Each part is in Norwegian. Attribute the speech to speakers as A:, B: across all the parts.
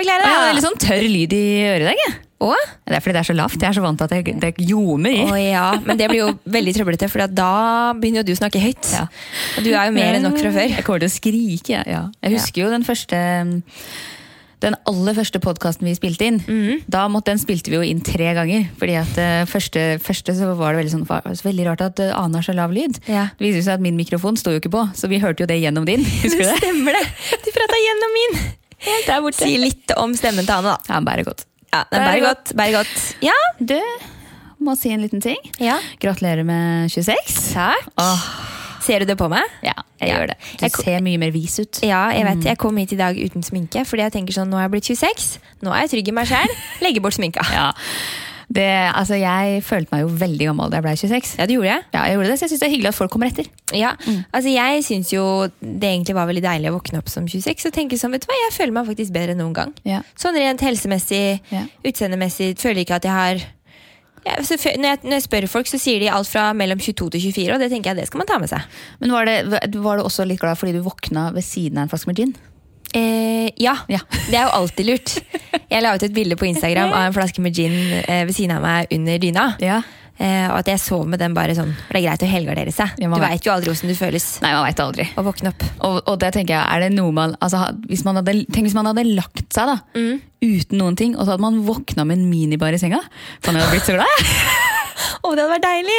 A: veldig sånn tørr lyd i øredag. jeg.
B: Å?
A: Det er fordi det er så lavt. Jeg er så vant til at det, det ljomer i.
B: Å ja, men det blir jo veldig trøblete, for da begynner jo du å snakke høyt.
A: Ja.
B: Og du er jo mer enn nok fra før.
A: Jeg kommer til å skrike. jeg. Ja. Jeg husker jo den første den aller første podkasten vi spilte inn,
B: Mm.
A: da måtte den spilte vi jo inn tre ganger. fordi at eh, første, første så var det veldig, sånn, "Fa- så veldig rart at eh, Ane har så lav lyd.
B: Ja.
A: Det viser seg at min mikrofon sto jo ikke på, så vi hørte jo det gjennom din. Husker du det?
B: Stemmer det! Du prata gjennom min!
A: Helt der borte.
B: Si litt om stemmen til Ane, da.
A: Ja, han bærer godt.
B: Ja, den
A: Bærer
B: bærer godt. Bærer godt. Ja.
A: Du, må si en liten ting.
B: ja.
A: Gratulerer med 26.
B: Takk. Ser du det på meg?
A: Ja, jeg
B: Ja.
A: gjør det. Du
B: Jeg ko-
A: ser mye mer vis ut.
B: Ja, jeg vet Jeg kom hit i dag uten sminke, fordi jeg tenker sånn, nå er jeg blitt 26. Nå er jeg trygg i meg sjæl. Legger bort sminka.
A: Ja. Det, altså, jeg følte meg jo veldig gammel da jeg ble 26.
B: Ja, det gjorde jeg.
A: Ja, jeg gjorde det, så jeg syns det er hyggelig at folk kommer etter.
B: Ja, altså Jeg syns jo det egentlig var veldig deilig å våkne opp som 26 og tenke sånn, vet du hva, jeg føler meg faktisk bedre enn noen gang.
A: Ja.
B: Sånn rent helsemessig,
A: Ja.
B: utseendemessig, føler ikke at jeg har ja, så fø- når, jeg, når jeg spør folk, så sier de alt fra mellom 22 til 24, og det tenker jeg det skal man ta med seg.
A: Men var, det, var du også litt glad fordi du våkna ved siden av en flaske med gin?
B: Eh, ja,
A: Ja.
B: det er jo alltid lurt. Jeg la ut et bilde på Instagram av en flaske med gin eh, ved siden av meg under dyna.
A: Ja.
B: Eh, og at jeg sov med den bare sånn. For det er greit å helgardere seg.
A: Ja, man
B: du
A: vet.
B: veit jo aldri åssen du føles
A: Nei, man veit aldri.
B: å våkne opp.
A: Og, og det tenker jeg, er det noe man, altså, ha- hvis man hadde, Tenk hvis man hadde lagt seg da, uten noen ting, og så hadde man våkna med en minibar i senga. Kan jeg ha blitt så glad? jeg.
B: Å, det hadde vært deilig!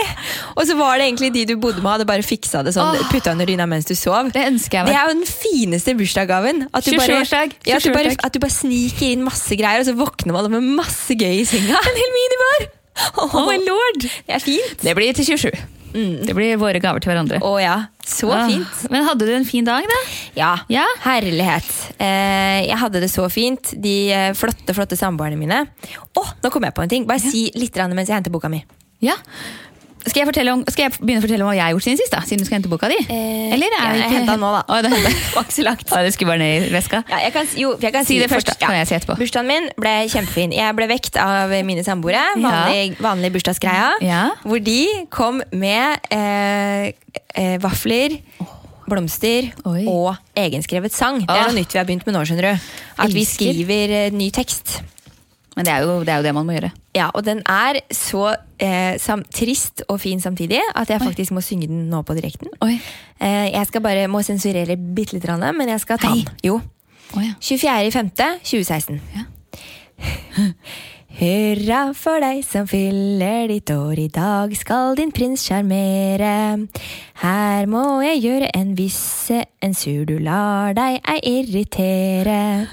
B: Og så var det egentlig de du bodde med, hadde bare fiksa det sånn.
A: Åh.
B: Putta under dyna mens du sov.
A: Det ønsker jeg
B: Det
A: meg.
B: er jo den fineste bursdagsgaven. At, du bare-
A: 27-årsdag.
B: ja, at, du bare-
A: 27-årsdag.
B: at du bare sniker inn masse greier, og så våkner man opp med masse gøy i senga. En hel minibar! Oh my lord! Det er fint.
A: Det blir til 27. Det blir våre gaver til hverandre.
B: Å ja. Så
A: Ah,
B: fint.
A: Men hadde du en fin dag, da?
B: Ja.
A: Ja.
B: Herlighet. Eh, jeg hadde det så fint. De eh, flotte flotte samboerne mine. Å, nå kom jeg på en ting! Bare si litt grann mens jeg henter boka mi.
A: Ja. Skal jeg, fortelle om, skal jeg begynne å fortelle om hva jeg har gjort siden sist? da? Siden du skal hente boka di?
B: Eh,
A: Eller
B: ja,
A: er
B: jeg hentet den nå, da.
A: Å, det,
B: Det var ikke så langt.
A: Å, det skulle bare ned i veska?
B: Ja, jeg kan, si- jo, jeg kan
A: Si det først,
B: først,
A: da, kan jeg si etterpå.
B: Bursdagen min ble kjempefin. Jeg ble vekt av mine samboere. Vanlig, vanlig bursdagsgreia.
A: Ja.
B: Hvor de kom med eh, eh, vafler, blomster
A: Oi.
B: og egenskrevet sang. Det
A: Ah.
B: er noe nytt vi har begynt med nå. skjønner du At vi
A: Elsker.
B: skriver eh, ny tekst.
A: Men det er, jo, det er jo det man må gjøre.
B: Ja, Og den er så eh, sam trist og fin samtidig at jeg faktisk må synge den nå på direkten.
A: Oi.
B: Eh, jeg skal bare må sensurere bitte litt, men jeg skal ta
A: Nei.
B: den. Jo. 24.5.2016.
A: Ja.
B: Hurra for deg som fyller ditt år, i dag skal din prins sjarmere. Her må jeg gjøre en visse, en sur du lar deg ei irritere.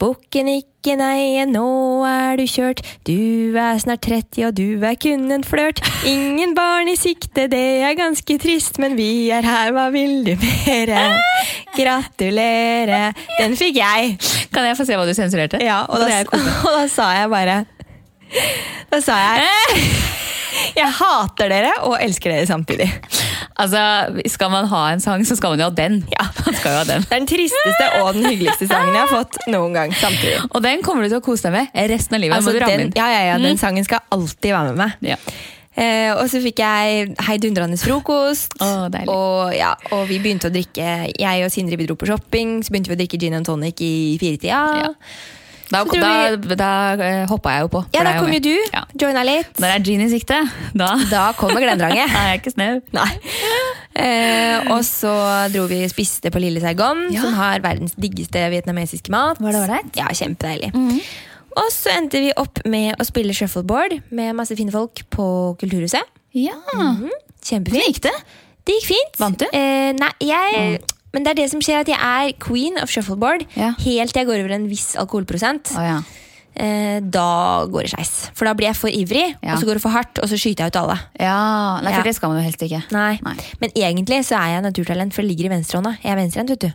B: Bukken ikke nei, nå er du kjørt, du er snart 30 og du er kun en flørt. Ingen barn i sikte, det er ganske trist, men vi er her, hva vil du mere? Gratulere. Den fikk jeg.
A: Kan jeg få se hva du sensurerte?
B: Ja, og da,
A: Det er
B: og da sa jeg bare Da sa
A: Eh!
B: jeg Jeg hater dere og elsker dere samtidig. Det
A: Altså, Skal man ha en sang, så skal man jo ha den. Ja, man skal jo ha den.
B: er den tristeste og den hyggeligste sangen jeg har fått noen gang samtidig.
A: Og den kommer du til å kose deg med resten av livet.
B: Altså,
A: må du ramme
B: den,
A: inn. Mm.
B: ja, ja, ja, den sangen skal alltid være med meg.
A: Ja.
B: Eh, og så fikk jeg heidundrende frokost.
A: Å, deilig.
B: og, ja, og vi begynte å drikke Jeg og Sindre vi dro på shopping, så begynte vi å drikke gin and tonic i firetida.
A: Ja. Da,
B: Så tror
A: da, da eh, hoppa jeg jo på. for
B: Ja,
A: det
B: da
A: er
B: kom jo
A: meg.
B: du.
A: Ja.
B: Joina litt.
A: Når det er gin i sikte, da
B: Da kommer Glendrange.
A: Da er jeg ikke snau.
B: Nei. Eh, og så dro vi og spiste på Lille Saigon,
A: Ja.
B: som har verdens diggeste vietnamesiske mat.
A: Var det ålreit?
B: Ja, kjempedeilig. Og så endte vi opp med å spille shuffleboard med masse fine folk på Kulturhuset.
A: Ja.
B: Kjempefint.
A: Hvordan gikk det?
B: Mhm. Det gikk fint.
A: Vant du?
B: Eh, nei, jeg... Men det er det som skjer at jeg er queen of shuffleboard
A: Ja.
B: helt til jeg går over en viss alkoholprosent.
A: Å ja.
B: Eh, da går det skeis. For da blir jeg for ivrig,
A: Ja.
B: og så går det for hardt, og så skyter jeg ut alle.
A: ja. Nei, for
B: Ja.
A: det skal man jo helst ikke.
B: Nei.
A: Nei.
B: Men egentlig så er jeg naturtalent, for det ligger i venstrehånda. Jeg er venstrehendt, vet du.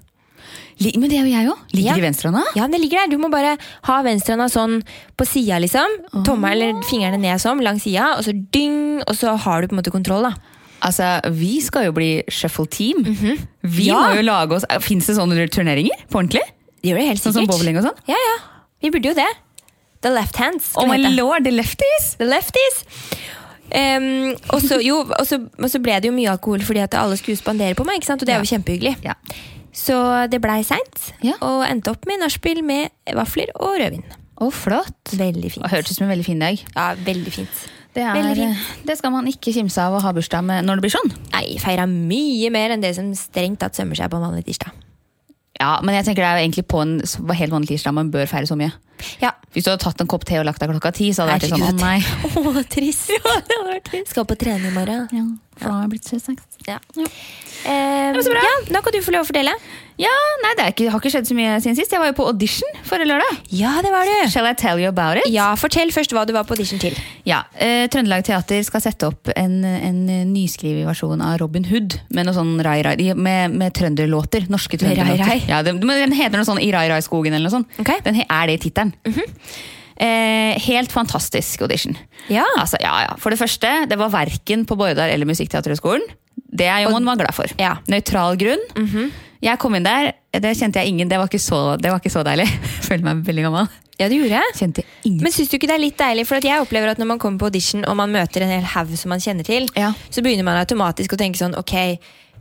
A: Li- Men det er jo jeg òg. Ligger
B: Ja.
A: i venstrehånda.
B: Ja, men det ligger der. Du må bare ha venstrehånda sånn på sida, liksom. Tommelen eller fingrene ned sånn, lang sida, og så dyng, og så har du på en måte kontroll, da.
A: Altså, Vi skal jo bli shuffle team. Vi
B: Ja.
A: må jo lage oss Fins det sånne turneringer på ordentlig?
B: Det gjør det helt sikkert.
A: Sånn som bowling og sånn?
B: Ja, ja. Vi burde jo det. The left hands.
A: Oh
B: skal
A: my
B: det hete.
A: lord, the lefties!
B: The lefties. Ehm, og, så, jo, og, så, og så ble det jo mye alkohol fordi at alle skulle spandere på meg, ikke sant? og det er jo kjempehyggelig.
A: Ja.
B: Så det blei seint,
A: Ja.
B: og endte opp med nachspiel med vafler og rødvin.
A: Å, flott!
B: Veldig fint.
A: Det hørtes ut som en veldig fin dag.
B: Ja, veldig fint.
A: Det,
B: Veldig
A: er, det skal man ikke kimse av å ha bursdag med når det blir sånn.
B: Nei, feira mye mer enn det som strengt tatt sømmer seg på en vanlig tirsdag.
A: Ja, men jeg tenker det er jo egentlig på en s- helt vanlig tirsdag man bør feire så mye.
B: Ja.
A: Hvis du hadde tatt en kopp te og lagt deg klokka ti, så hadde det vært litt sånn å nei.
B: Å, trist. Skal på trening i morgen.
A: Ja, for da har jeg blitt stressa.
B: Ja.
A: Ja.
B: Eh,
A: men så bra.
B: ja, nå kan du få lov å fortelle.
A: Ja, nei, det er ikke, har ikke skjedd så mye siden sist. Jeg var jo på audition forrige lørdag.
B: Ja, det var du.
A: Shall I tell you about it?
B: Ja, Fortell først hva du var på audition til.
A: Ja, eh, Trøndelag Teater skal sette opp en, en nyskrevet versjon av Robin Hood. Med noe sånn rai, rai, de- med, med trønderlåter. Norske
B: Med rai,
A: trønderlåter.
B: rai?
A: Ja, den, men den heter noe sånn I Rai Rai Skogen eller noe sånt.
B: Ok. Mhm.
A: Den he- er det i tittelen. eh, helt fantastisk audition.
B: Ja,
A: Altså, ja, ja. For det første, det var verken på Bordar eller Musikkteaterhøgskolen. Det er jo man var glad for.
B: Ja. Mhm.
A: Nøytral grunn. Jeg kom inn der, det kjente jeg ingen. Det var ikke så, det var ikke så deilig. Følte meg veldig gammel.
B: ja det gjorde jeg.
A: Kjente ingen
B: Men syns du ikke det er litt deilig? For at jeg opplever at når man kommer på audition og man møter en hel haug som man kjenner til,
A: Ja.
B: så begynner man automatisk å tenke sånn ok,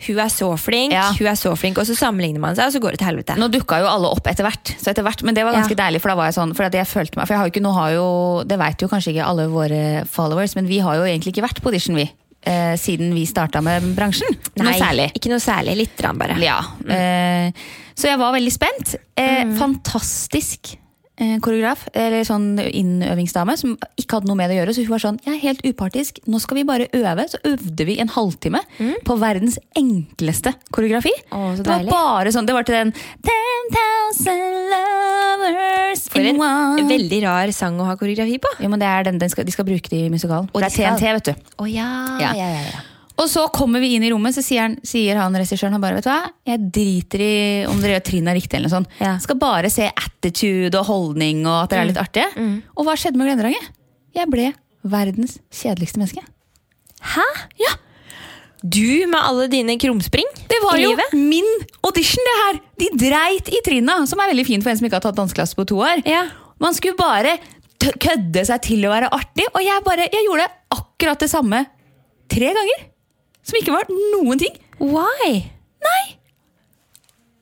B: hun er så flink,
A: Ja.
B: hun er så flink, og så sammenligner man seg, og så går det til helvete.
A: Nå dukka jo alle opp etter hvert, så etter hvert men det var ganske deilig. For da var jeg sånn, for at jeg følte meg, for jeg har jo ikke, nå har jo, det vet jo kanskje ikke alle våre followers, men vi har jo egentlig ikke vært på audition, vi. Eh, siden vi starta med bransjen.
B: Nei,
A: Noe særlig.
B: ikke noe særlig. Litt grann bare.
A: Ja.
B: Mm.
A: Eh, så jeg var veldig spent. Eh, Fantastisk eh, koreograf, eller sånn innøvingsdame, som ikke hadde noe med det å gjøre. Så hun var sånn, jeg er helt upartisk, nå skal vi bare øve. Så øvde vi en halvtime på verdens enkleste koreografi.
B: Mm. Å, så
A: det var
B: deilig.
A: bare sånn, det var til den 10,000 lovers
B: For
A: in one.
B: en veldig rar sang å ha koreografi på.
A: Jo, men det er den, den skal, de skal bruke det i musikalen.
B: Og
A: det
B: de
A: er
B: skal.
A: TNT, vet du.
B: Å ja.
A: Ja.
B: Ja, ja, ja.
A: Og så kommer vi inn i rommet, så sier han, sier han regissøren han bare, vet du hva, jeg driter i om dere gjør trinna riktig eller noe sånt.
B: Ja. Mm.
A: Skal bare se attitude og holdning og at dere er litt artige. Og hva skjedde med Glenderanget? Jeg ble verdens kjedeligste menneske.
B: Hæ?
A: Ja,
B: Du med alle dine krumspring
A: det var
B: i
A: jo
B: livet?
A: min audition det her! De dreit i trinna, som er veldig fint for en som ikke har tatt danseklasse på to år.
B: Ja.
A: Man skulle bare t kødde seg til å være artig, og jeg bare, jeg gjorde akkurat det samme tre ganger. Som ikke var noen ting.
B: Why?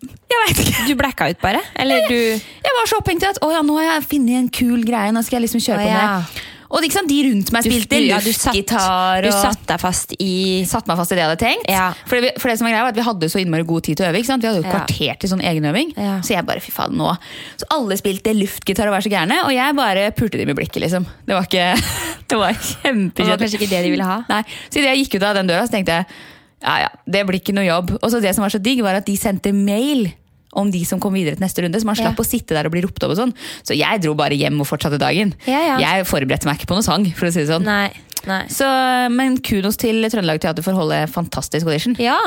A: Jeg vet ikke.
B: Du blacka ut bare? Eller du
A: Jeg var så opphengt i at å ja, nå har jeg funnet en kul greie, nå skal jeg liksom kjøre
B: Å,
A: på
B: ja.
A: med det. Og ikke sant, de rundt meg
B: du,
A: spilte
B: ja, du satt-
A: luftgitar
B: Du
A: og
B: satt deg fast i
A: satt meg fast i det jeg hadde tenkt.
B: Ja.
A: For, det, vi- for det som var greia var at Vi hadde så innmari god tid til å øve. ikke sant? Vi hadde jo
B: Ja.
A: kvarter til sånn egenøving.
B: Ja.
A: Så jeg bare, fy faen, nå. Så alle spilte luftgitar og var så gærne, og jeg bare pulte dem i blikket, liksom. Det var ikke, det var
B: Det var
A: kjempekjedelig.
B: kanskje ikke det de ville ha?
A: Nei, så idet jeg gikk ut av den døra, så tenkte jeg ja, ja, det blir ikke noe jobb. Og så det som var så digg, var at de sendte mail om de som kom videre til neste runde, så man slapp
B: Ja.
A: å sitte der og bli ropt opp og sånn. Så jeg dro bare hjem og fortsatte dagen.
B: Ja, ja.
A: Jeg forberedte meg ikke på noe sang, for å si det sånn.
B: Nei. Nei.
A: Så, eh, men kudos til Trøndelag Teater for å holde fantastisk audition.
B: Ja.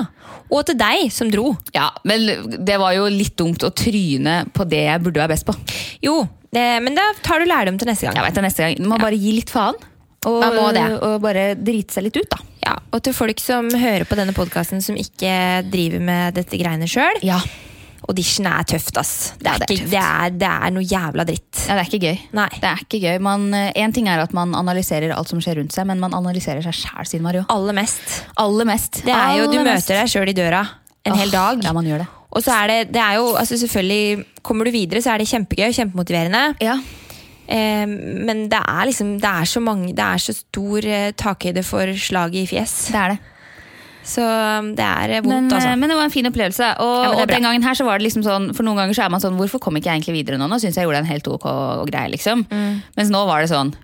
B: Og til deg som dro.
A: Ja, men det var jo litt dumt å tryne på det jeg burde være best på.
B: Jo, det, men da tar du lærdom til neste gang.
A: Jeg vet det neste gang. Man må bare gi litt faen. Og,
B: Man må det.
A: og bare drite seg litt ut, da.
B: Ja, og til folk som hører på denne podkasten som ikke driver med dette greiene sjøl.
A: Ja.
B: Audition er tøft, ass. Det
A: Ja,
B: er,
A: det er
B: ikke,
A: tøft.
B: det, er, det er noe jævla dritt.
A: det er ikke gøy.
B: Nei.
A: Det er ikke gøy. Man, eh, en ting er at man analyserer alt som skjer rundt seg, men man analyserer seg sjæl, sier Mario.
B: Aller mest.
A: Aller mest.
B: Det er jo, Du møter deg sjøl i døra en hel dag.
A: Ja, man gjør det.
B: Og så er det, det er jo, altså selvfølgelig Kommer du videre, så er det kjempegøy og kjempemotiverende.
A: Ja.
B: Eh, men det er liksom Det er så mange Det er så stor eh, takhøyde for slaget i fjes.
A: Det er det.
B: Så um, det er eh,
A: Men,
B: vondt,
A: eh,
B: altså.
A: men det var en fin opplevelse. Og,
B: Ja, men det er
A: og
B: bra.
A: den gangen her så var det liksom sånn, for noen ganger så er man sånn Hvorfor kom ikke jeg egentlig videre nå? Nå syns jeg gjorde en helt ok greie, liksom.
B: Mm.
A: Mens nå var det sånn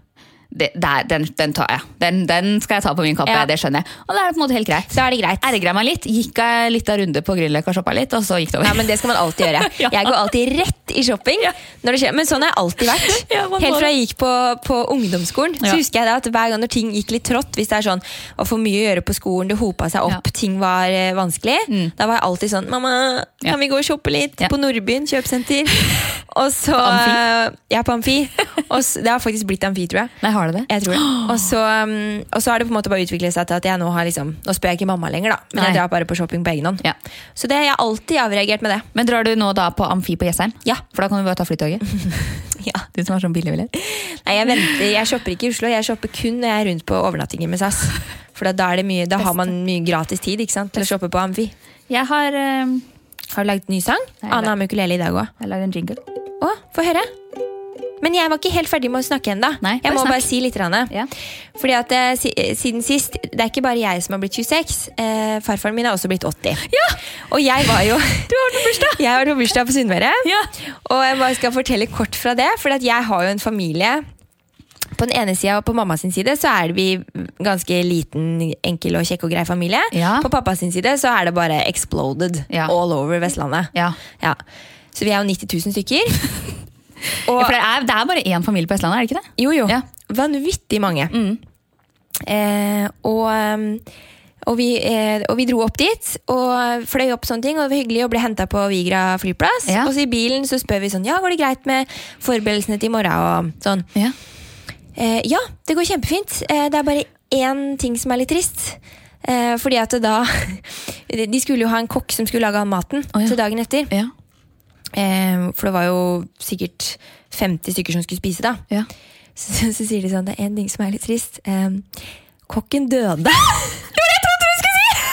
A: det, der, den, den tar jeg. Den, den skal jeg ta på min kappe.
B: Ja.
A: Det skjønner jeg. Og da er det på en måte helt greit.
B: Da er det greit.
A: Ergra meg litt, gikk jeg litt av runde på Grünerløkka og shoppa litt, og så gikk det over.
B: Ja, men Det skal man alltid gjøre.
A: Ja.
B: Jeg går alltid rett i shopping. Når det skjer, men sånn har jeg alltid vært.
A: Ja, man må
B: Helt
A: det.
B: fra jeg gikk på, på ungdomsskolen,
A: Ja.
B: så husker jeg det at hver gang når ting gikk litt trått, hvis det er sånn, var for mye å gjøre på skolen, det hopa seg opp, ting var eh, vanskelig, da var jeg alltid sånn Mamma, kan
A: Mm. Ja.
B: vi gå og shoppe litt?
A: Ja.
B: På Nordbyen kjøpesenter. og så
A: Amfi?
B: Ja, på Amfi. Og s- det har faktisk blitt Amfi, tror jeg.
A: Nei, har det det?
B: Jeg tror det. Og så, um, og så har det på en måte bare utviklet seg til at jeg nå har liksom Nå spør jeg ikke mamma lenger, da, men
A: Nei.
B: jeg drar bare på shopping på egen hånd.
A: Ja.
B: Så det jeg har alltid avreagert med det.
A: Men drar du nå da på Amfi på Jessheim?
B: Ja.
A: For da kan du bare ta flytoget?
B: Ja.
A: Du som har sånn billig billett.
B: Nei, jeg venter, jeg shopper ikke i Oslo, jeg shopper kun når jeg er rundt på overnattinger med SAS. For da, da, er det mye, da har man mye gratis tid ikke sant, til å shoppe på Amfi.
A: Jeg har eh,
B: Har du laget ny sang?
A: Nei, det-
B: Anna har med ukulele i dag òg.
A: Jeg lager en jingle.
B: Å, få høre. Men jeg var ikke helt ferdig med å snakke ennå.
A: Nei,
B: Jeg
A: bare
B: må
A: snakk.
B: bare si litt. Rane.
A: Ja.
B: Fordi at eh, si- eh, Siden sist Det er ikke bare jeg som har blitt 26. Eh, farfaren min har også blitt 80. Og jeg var jo Du har vært på bursdag! Jeg har vært på bursdag på Sunnmøre.
A: Ja.
B: Og jeg bare skal fortelle kort fra det, for at jeg har jo en familie på den ene sida og på mamma sin side så er vi ganske liten, enkel og kjekk og grei familie.
A: Ja.
B: På pappa sin side så er det bare exploded
A: Ja.
B: all over Vestlandet.
A: Ja.
B: Ja. Så vi er jo 90 000 stykker. Og,
A: Ja, for det er, det er bare én familie på Vestlandet, er det ikke det?
B: jo, jo.
A: Ja. Mm.
B: Vanvittig mange. Eh, og, um, og, vi, eh, og vi dro opp dit og fløy opp sånne ting, og det var hyggelig å bli henta på Vigra flyplass.
A: Ja.
B: Og så i bilen så spør vi sånn Ja, går det greit med forberedelsene til i morgen? Og sånn.
A: Ja.
B: Eh, ja, det går kjempefint. Eh, det er bare én ting som er litt trist. Eh, fordi at det da De skulle jo ha en kokk som skulle lage all maten
A: Å, ja.
B: til dagen etter.
A: Ja.
B: Eh, for det var jo sikkert 50 stykker som skulle spise da.
A: Ja.
B: Så, så, så sier de sånn, det er en ting som er litt trist. Ehm, kokken døde. det var det jeg trodde du skulle si!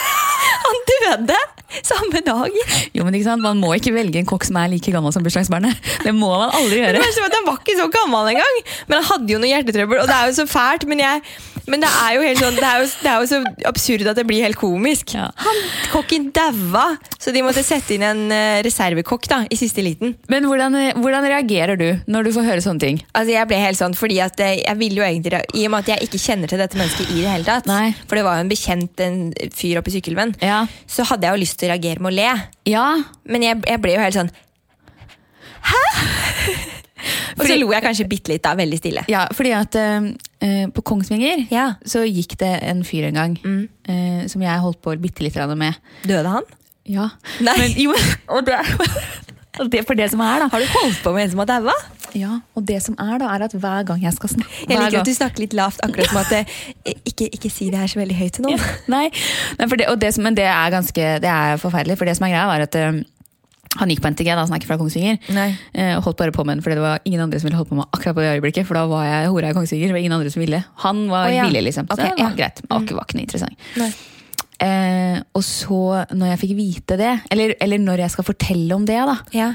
B: Han døde samme dag.
A: Jo, men ikke sant? Man må ikke velge en kokk som er like gammel som bursdagsbarnet. Det må man aldri
B: Det
A: gjøre.
B: verste var at Han var ikke så gammel engang, men han hadde jo noe hjertetrøbbel. Og det er jo så fælt, men, jeg, men det, er jo helt sånn, det, er jo, det er jo så absurd at det blir helt komisk.
A: Ja.
B: Han, kokken daua, så de måtte sette inn en eh, reservekokk da, i siste liten.
A: Men hvordan, eh, hvordan reagerer du når du får høre sånne ting?
B: Altså jeg ble helt sånn, fordi at eh, jeg ville jo egentlig I og med at jeg ikke kjenner til dette mennesket i det hele tatt,
A: Nei.
B: for det var jo en bekjent en fyr oppe i Sykkylven,
A: Ja.
B: så hadde jeg jo lyst til å reagere med å le.
A: Ja,
B: Men jeg, jeg ble jo helt sånn Hæ?! Og så
A: Fordi-
B: lo jeg kanskje bitte litt, da. Veldig stille.
A: ja fordi at eh, eh, på Kongsvinger
B: Ja.
A: så gikk det en fyr en gang eh, som jeg holdt på bitte litt med.
B: Døde han?
A: Ja.
B: Nei.
A: Men, jo, og det, og det for det som er, da.
B: Har du holdt på med en som har daua?
A: Ja, og det som er, da, er at hver gang jeg skal snakke
B: Jeg
A: hver
B: liker
A: gang-
B: at du snakker litt lavt, akkurat som at eh, ikke, ikke si det her så veldig høyt til noen.
A: Nei, Nei for det, og det som, men det er ganske det er forferdelig. For det som er greia, var at øhm, han gikk på NTG, da, som er ikke fra Kongsvinger.
B: Nei.
A: eh, og holdt bare på med den, fordi det var ingen andre som ville holde på med akkurat på det øyeblikket. For da var jeg hora i Kongsvinger, det var ingen andre som ville. Han var
B: Å, ja.
A: villig, liksom. Så
B: Ok,
A: det var
B: ja. Mm.
A: greit. Det var ikke, var ikke noe interessant.
B: Nei.
A: Eh, og så, når jeg fikk vite det, eller, eller når jeg skal fortelle om det, da,
B: Ja.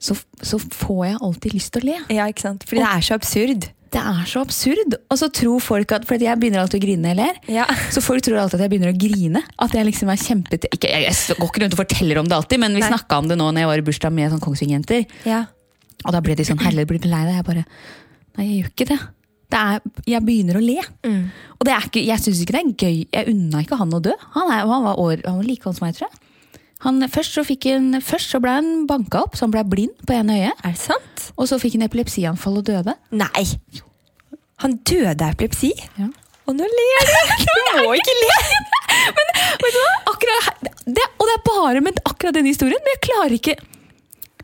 A: så, så får jeg alltid lyst til å le.
B: ja, ikke sant? Fordi det er så absurd.
A: Det er så absurd. Og så tror folk at Fordi jeg begynner alltid å grine når jeg ler.
B: Ja.
A: Så folk tror alltid at jeg begynner å grine. At jeg liksom er kjempet ikke, Jeg jeg går ikke rundt og forteller om det alltid, men vi
B: Nei.
A: snakka om det nå når jeg var i bursdag med sånn Kongsvinger-jenter.
B: Ja.
A: Og da ble de sånn herlig, blir du lei deg? Jeg bare Nei, jeg gjør ikke det. det er, jeg begynner å le.
B: Mm.
A: Og det er ikke, jeg syns ikke det er gøy. Jeg unna ikke han å dø. Han, er, han, var, år, han var like gammel som meg, tror jeg. Han, først, så fikk han, først så ble han banka opp, så han ble blind på ene øyet.
B: Er det sant?
A: Og så fikk han epilepsianfall og dødde.
B: Nei! Han døde av epilepsi?
A: Ja.
B: Og nå ler du! Du må ikke le!
A: Vet du hva? Akkurat, her- det, og det er bare med akkurat denne historien, men jeg klarer ikke.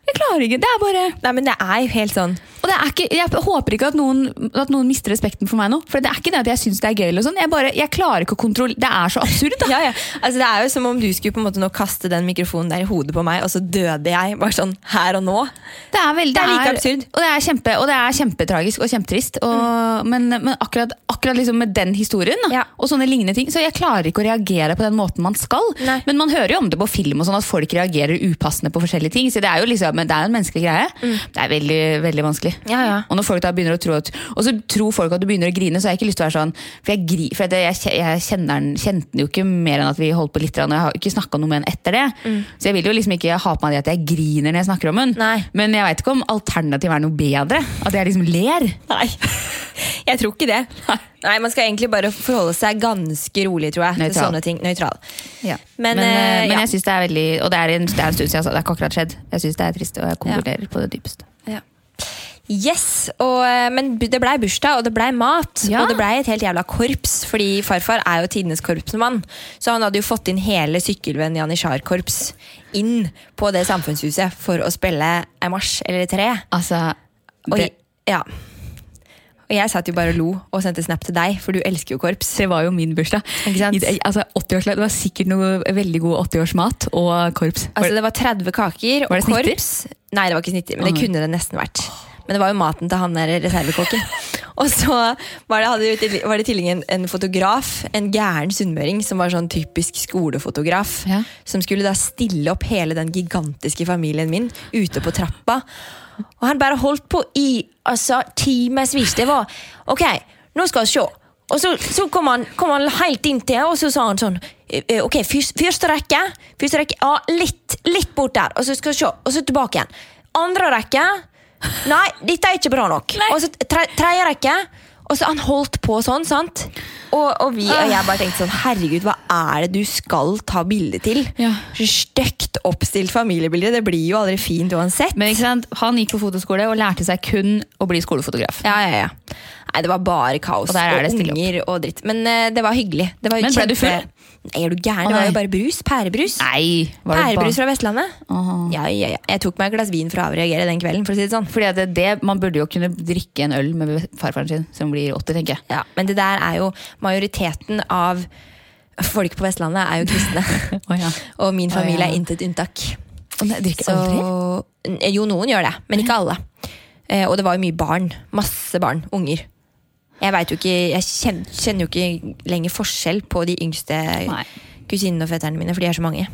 A: Jeg klarer ikke. Det er bare
B: Nei, men det er jo helt sånn
A: Og det er ikke, jeg håper ikke at noen, at noen mister respekten for meg nå. For det er ikke det at jeg syns det er gøy. eller sånn. Jeg, bare, jeg klarer ikke å kontrollere Det er så absurd, da.
B: Ja, ja. Altså, det er jo som om du skulle på en måte nå kaste den mikrofonen der i hodet på meg, og så døde jeg bare sånn her og nå.
A: Det er, veldig-
B: Det er like absurd.
A: Og det er, kjempe, og det er kjempetragisk og kjempetrist. Og, Men, men akkurat, akkurat liksom med den historien da,
B: Mm. Ja.
A: og sånne lignende ting, så jeg klarer ikke å reagere på den måten man skal.
B: Nei.
A: Men man hører jo om det på film og sånn at folk reagerer upassende på forskjellige ting. Så det er jo liksom, men det er jo en menneskelig greie. Det er veldig, veldig vanskelig.
B: Mm. Ja, ja.
A: Og når folk da begynner å tro at Og så tror folk at du begynner å grine, så har jeg ikke lyst til å være sånn For jeg, gri, for det, jeg, kje- jeg kjenner den, kjente den jo ikke mer enn at vi holdt på litt, og jeg har ikke snakka noe med den etter det. Så jeg vil jo liksom ikke ha på meg det at jeg griner når jeg snakker om den.
B: Mm. Nei.
A: Men jeg veit ikke om alternativet er noe bedre. At jeg liksom ler.
B: Nei, jeg tror ikke det. Nei, Man skal egentlig bare forholde seg ganske rolig, tror jeg. Til
A: Nøytral.
B: sånne ting. Nøytral. Men,
A: Men, eh,
B: eh,
A: men
B: ja.
A: jeg syns det er veldig Og det er en, det er en stund siden, altså. Det har ikke akkurat skjedd. Jeg syns det er trist, og jeg konkluderer på det dypeste.
B: Yes, og, eh, Men bu- det blei bursdag, og det blei mat.
A: Ja.
B: Og det blei et helt jævla korps, fordi farfar er jo tidenes korpsmann. Så han hadde jo fått inn hele Sykkylven Janitsjar-korps inn på det samfunnshuset for å spille ei marsj eller tre.
A: Altså,
B: Og,
A: det,
B: jeg- ja. og jeg satt jo bare og lo og sendte snap til deg, for du elsker jo korps.
A: det var jo min bursdag.
B: Ikke sant?
A: I det- Altså, 80-årslag, Det var sikkert noe veldig god 80-årsmat og korps.
B: Altså Det var 30 kaker og
A: Var det snitter?
B: korps. Nei, det var ikke snitter, men det
A: Å, nei.
B: kunne det nesten vært. Men det var jo maten til han der reservekokken. Og så var det, hadde, jo til- var det i tillegg en, en fotograf, en gæren sunnmøring, som var sånn typisk skolefotograf,
A: Ja.
B: som skulle da stille opp hele den gigantiske familien min ute på trappa. Og han bare holdt på i altså, timevis. Det var OK, nå skal vi se. Og så, så kom, han, kom han helt inntil, og så sa han sånn eh, eh, OK, fyrs- første rekke. Første rekke, ja, litt, litt bort der. Og så skal vi se. Og så tilbake igjen. Andre rekke. Nei, dette er ikke bra nok.
A: Nei.
B: Og så tre, tredje rekke. Og så Han holdt på sånn, sant? Og, og vi og
A: Ah.
B: jeg bare tenkte sånn Herregud, hva er det du skal ta bilde til?
A: Ja.
B: Så Stygt oppstilt familiebilde. Det blir jo aldri fint uansett.
A: Men ikke sant? han gikk på fotoskole og lærte seg kun å bli skolefotograf.
B: Ja, ja, ja. Nei, det var bare kaos.
A: Og der er det stille opp.
B: unger og dritt. Men eh, det var hyggelig. Det var jo
A: Men ble du
B: kjempe-
A: full?
B: Nei, er du gæren?
A: Å,
B: Det var jo
A: nei.
B: bare brus. Pærebrus.
A: Nei! Var det
B: Pærebrus
A: bare...
B: fra Vestlandet.
A: Aha.
B: Ja, ja, ja. Jeg tok meg et glass vin for å avreagere den kvelden, for å si det sånn.
A: Fordi at det, det, Man burde jo kunne drikke en øl med farfaren sin, som blir 80, tenker jeg.
B: Ja, men det der er jo majoriteten av folk på Vestlandet er jo kristne.
A: Å, ja.
B: og min familie
A: Å,
B: er
A: ja.
B: intet unntak.
A: Og nei, drikker
B: Så,
A: aldri?
B: N- jo, noen gjør det, men ikke alle. Eh, og det var jo mye barn. Masse barn. Unger. Jeg vet jo ikke, jeg kjen- kjenner jo ikke lenger forskjell på de yngste
A: Nei.
B: kusinene og fetterne mine, for de er så mange.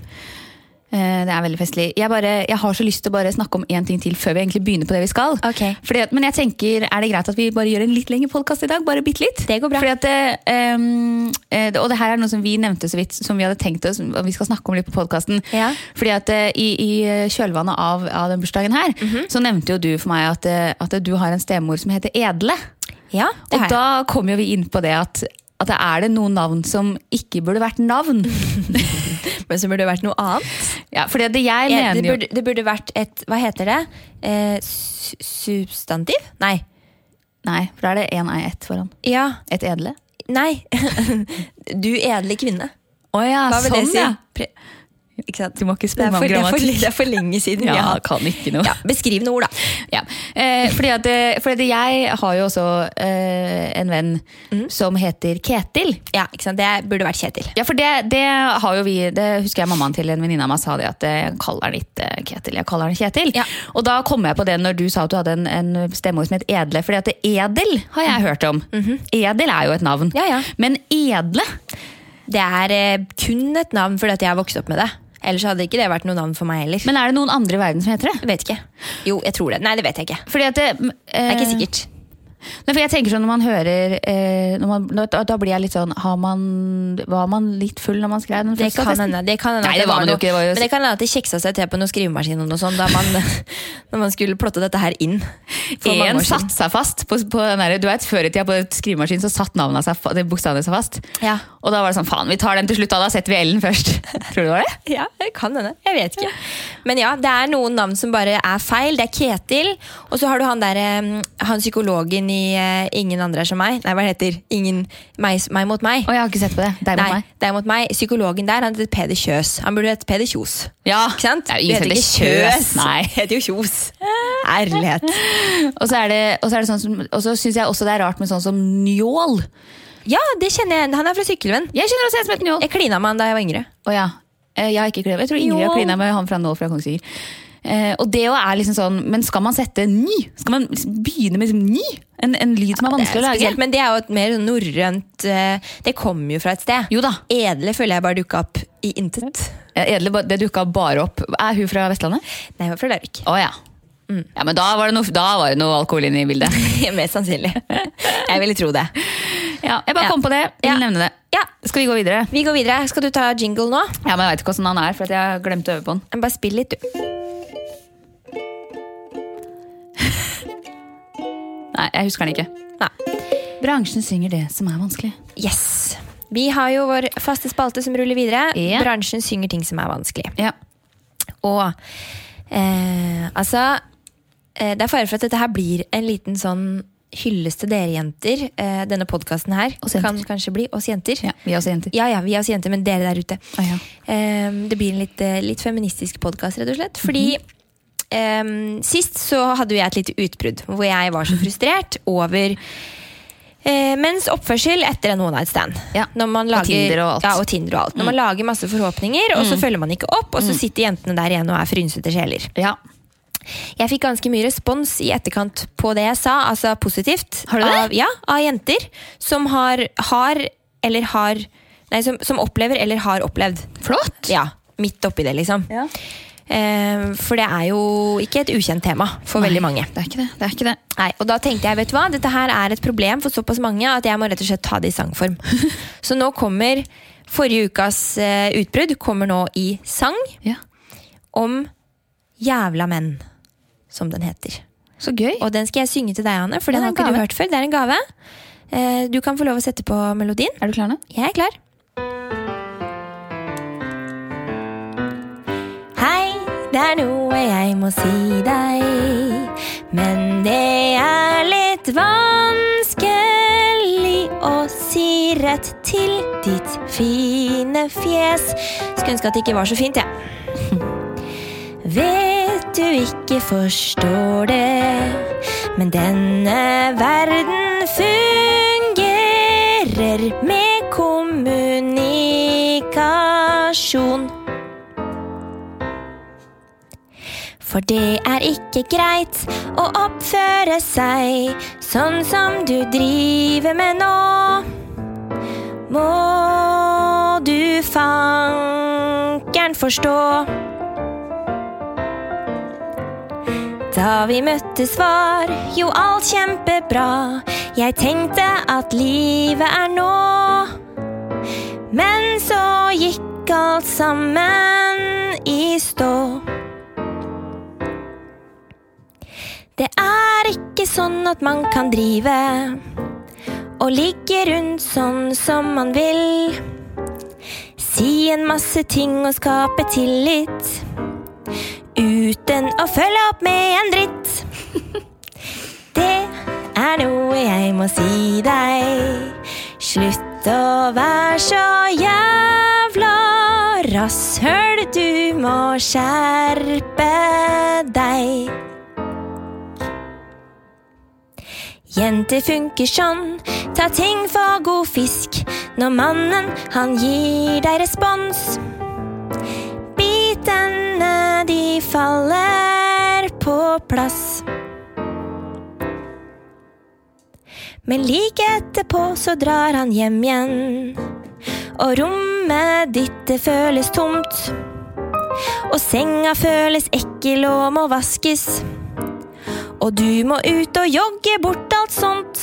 A: Eh, Det er veldig festlig. Jeg, bare, jeg har så lyst til å bare snakke om én ting til før vi egentlig begynner på det vi skal.
B: Ok.
A: Fordi at, men jeg tenker, er det greit at vi bare gjør en litt lengre podkast i dag? Bare bitte litt?
B: Det går bra.
A: Fordi at, eh, em, eh, det- og det her er noe som vi nevnte så vidt, som vi hadde tenkt oss, og vi skal snakke om litt på podkasten.
B: Ja.
A: Fordi at eh, i, i eh, kjølvannet av, av den bursdagen her,
B: Mhm.
A: så nevnte jo du for meg at, eh, at du har en stemor som heter Edle.
B: Ja, det
A: Og
B: har jeg.
A: da kom jo vi inn på det at at det er det noen navn som ikke burde vært navn?
B: Mhm. Men så burde det vært noe annet.
A: Ja, fordi at det jeg
B: Eh,
A: mener
B: det,
A: jo
B: burde, det burde vært et Hva heter det? Eh, su- substantiv? Nei.
A: Nei, for da er det én ei ett foran.
B: Ja.
A: Et edle.
B: Nei. du edle kvinne.
A: Å ja,
B: Hva vil
A: sånn
B: det si?
A: ja.
B: Pre- Ikke sant?
A: Du må ikke
B: Det er,
A: spørre
B: for,
A: meg
B: det,
A: om
B: er for,
A: grammatikk.
B: det er for lenge siden.
A: Ja,
B: Ja.
A: kan ikke noe.
B: Ja, beskrivende ord, da.
A: Ja. Eh, fordi, at, eh, fordi at jeg har jo også eh, en venn som heter Ketil.
B: Ja, ikke sant? Det burde vært Kjetil.
A: Ja, for det, det har jo vi Det husker jeg mammaen til en venninne av meg sa det, at eh, jeg kaller han ikke Ketil, jeg kaller han Kjetil.
B: Ja.
A: Og da kom jeg på det når du sa at du hadde en, en stemmeord som het Edle, fordi at Edel har jeg hørt om. Edel er jo et navn.
B: Ja, ja.
A: Men Edle
B: Det er eh, kun et navn fordi at jeg har vokst opp med det. Ellers hadde ikke det vært noe navn for meg heller.
A: Men er det noen andre i verden som heter det?
B: Jeg vet ikke. Jo, jeg tror det. Nei, det vet jeg ikke.
A: Fordi at det, eh,
B: Det er ikke sikkert.
A: Nei, for jeg tenker sånn når man hører eh, når man, når, da- Da blir jeg litt sånn har man, Var man litt full når man skrev den
B: Det
A: første
B: kan
A: attesten?
B: hende. Det kan hende
A: Nei,
B: at
A: det var man jo
B: noe-
A: ikke, det var jo-
B: Men det kan hende at de kjeksa seg til på noen skrivemaskin og noe sånt da man, når man skulle plotte dette her inn. For mange
A: En
B: år siden.
A: satt seg fast på, på den der, Du vet, før i tida på skrivemaskinen så satt navnet seg, fa- det bokstavene seg fast.
B: Ja.
A: Og da var det sånn faen, vi tar den til slutt, da. Da setter vi L-en først. Tror du det var det?
B: Ja, det kan hende. Jeg vet ikke. Men ja, det er noen navn som bare er feil. Det er Ketil, og så har du han der, eh, han psykologen i eh, Ingen andre er som meg. Nei, hva det heter Ingen meg, meg mot meg.
A: Å, jeg har ikke sett på det. Deg mot
B: Nei,
A: meg.
B: det er mot meg. Psykologen der han heter Peder Kjøs. Han burde hett Peder Kjos.
A: Ja.
B: Ikke sant?
A: Det er jo ingen
B: Du
A: som heter Kjøs. Nei.
B: Du heter jo Kjos. Ærlighet.
A: Og så er det, og så er det sånn som Og så syns jeg også det er rart med sånn som Njål.
B: Ja, det kjenner jeg. Han er fra Sykkylven.
A: Jeg kjenner også en som heter Njål.
B: Jeg klina med han da jeg var yngre.
A: Å ja. Eh, Jeg har ikke klina. Jeg tror Ingrid har
B: Jo.
A: klina med han fra Nål fra Kongsvinger. Eh, og det jo er liksom sånn, Men skal man sette ny? Skal man begynne med liksom ny? En, en lyd som er
B: Det er
A: vanskelig å lage?
B: spesielt, men det er jo et mer sånn norrønt eh, Det kommer jo fra et sted.
A: Jo da.
B: Edle føler jeg bare dukka opp i intet.
A: Eh, Edle, ba- det dukka bare opp. Er hun fra Vestlandet?
B: Nei, jeg var fra Larvik.
A: Å ja. ja. Men da var det noe, da var det noe alkohol inne i bildet.
B: Mest sannsynlig. Jeg ville tro det.
A: Ja, jeg bare
B: Ja.
A: kom på det. Jeg
B: Ja.
A: vil nevne det.
B: Ja,
A: Skal vi gå videre?
B: Vi går videre. Skal du ta jingle nå?
A: Ja, men Jeg veit ikke åssen han er, for at jeg glemte å øve på den.
B: Bare spill litt, du.
A: Nei, jeg husker den ikke.
B: Nei.
A: Bransjen synger det som er vanskelig.
B: Yes. Vi har jo vår faste spalte som ruller videre.
A: Ja.
B: Bransjen synger ting som er vanskelig.
A: Ja.
B: Og eh, altså eh, Det er fare for at dette her blir en liten sånn hyllest til dere jenter. Eh, denne podkasten her
A: Oss jenter.
B: kan kanskje bli oss jenter.
A: ja. Vi er også jenter.
B: Ja, ja, vi er også jenter, men dere der ute.
A: Å, ja.
B: Eh, det blir en litt, eh, litt feministisk podkast, rett og slett. Fordi
A: Mhm.
B: eh, sist så hadde jo jeg et lite utbrudd hvor jeg var så frustrert over eh, menns oppførsel etter en one night stand.
A: Ja,
B: Når man
A: og
B: lager,
A: Tinder og alt. Mm.
B: Ja, og Tinder og alt. Når man lager masse forhåpninger, og så følger man ikke opp, og så sitter jentene der igjen og er frynsete sjeler.
A: Ja.
B: Jeg fikk ganske mye respons i etterkant på det jeg sa, altså positivt.
A: Har du det?
B: Av, ja, av jenter som har, har eller har Nei, som, som opplever eller har opplevd.
A: Flott!
B: Ja, Midt oppi det, liksom.
A: Ja.
B: Eh, for det er jo ikke et ukjent tema for veldig mange.
A: Det er ikke det. det, er ikke det.
B: Nei, og da tenkte jeg, vet du hva, dette her er et problem for såpass mange at jeg må rett og slett ta det i sangform. Så nå kommer forrige ukas eh, utbrudd kommer nå i sang
A: Ja.
B: om Jævla menn, som den heter.
A: Så gøy.
B: Og den skal jeg synge til deg, Anne, for
A: Det
B: den har
A: er en
B: ikke du
A: gave.
B: hørt før. Det er en gave. Eh, Du kan få lov å sette på melodien.
A: Er du klar nå?
B: Jeg er klar. Hei, det er noe jeg må si deg. Men det er litt vanskelig å si rett til ditt fine fjes. Skulle ønske at det ikke var så fint, jeg. Ja. Vet du ikke forstår det, men denne verden fungerer med kommunikasjon. For det er ikke greit å oppføre seg sånn som du driver med nå. Må du fankeren forstå. Da vi møttes var jo alt kjempebra. Jeg tenkte at livet er nå. Men så gikk alt sammen i stå. Det er ikke sånn at man kan drive og ligge rundt sånn som man vil. Si en masse ting og skape tillit uten å følge opp med en dritt. Det er noe jeg må si deg. Slutt å være så jævla rasshøl. Du må skjerpe deg. Jenter funker sånn, ta ting for god fisk. Når mannen, han gir deg respons. Bitene de faller på plass. Men like etterpå så drar han hjem igjen. Og rommet ditt det føles tomt. Og senga føles ekkel og må vaskes. Og du må ut og jogge bort alt sånt.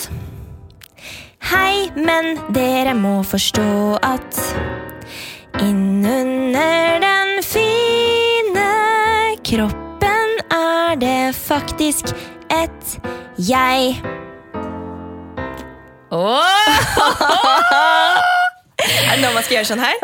B: Hei, men dere må forstå at Innunder den fine kroppen er det faktisk et jeg.
A: Åh!
B: Er det nå man skal gjøre sånn her?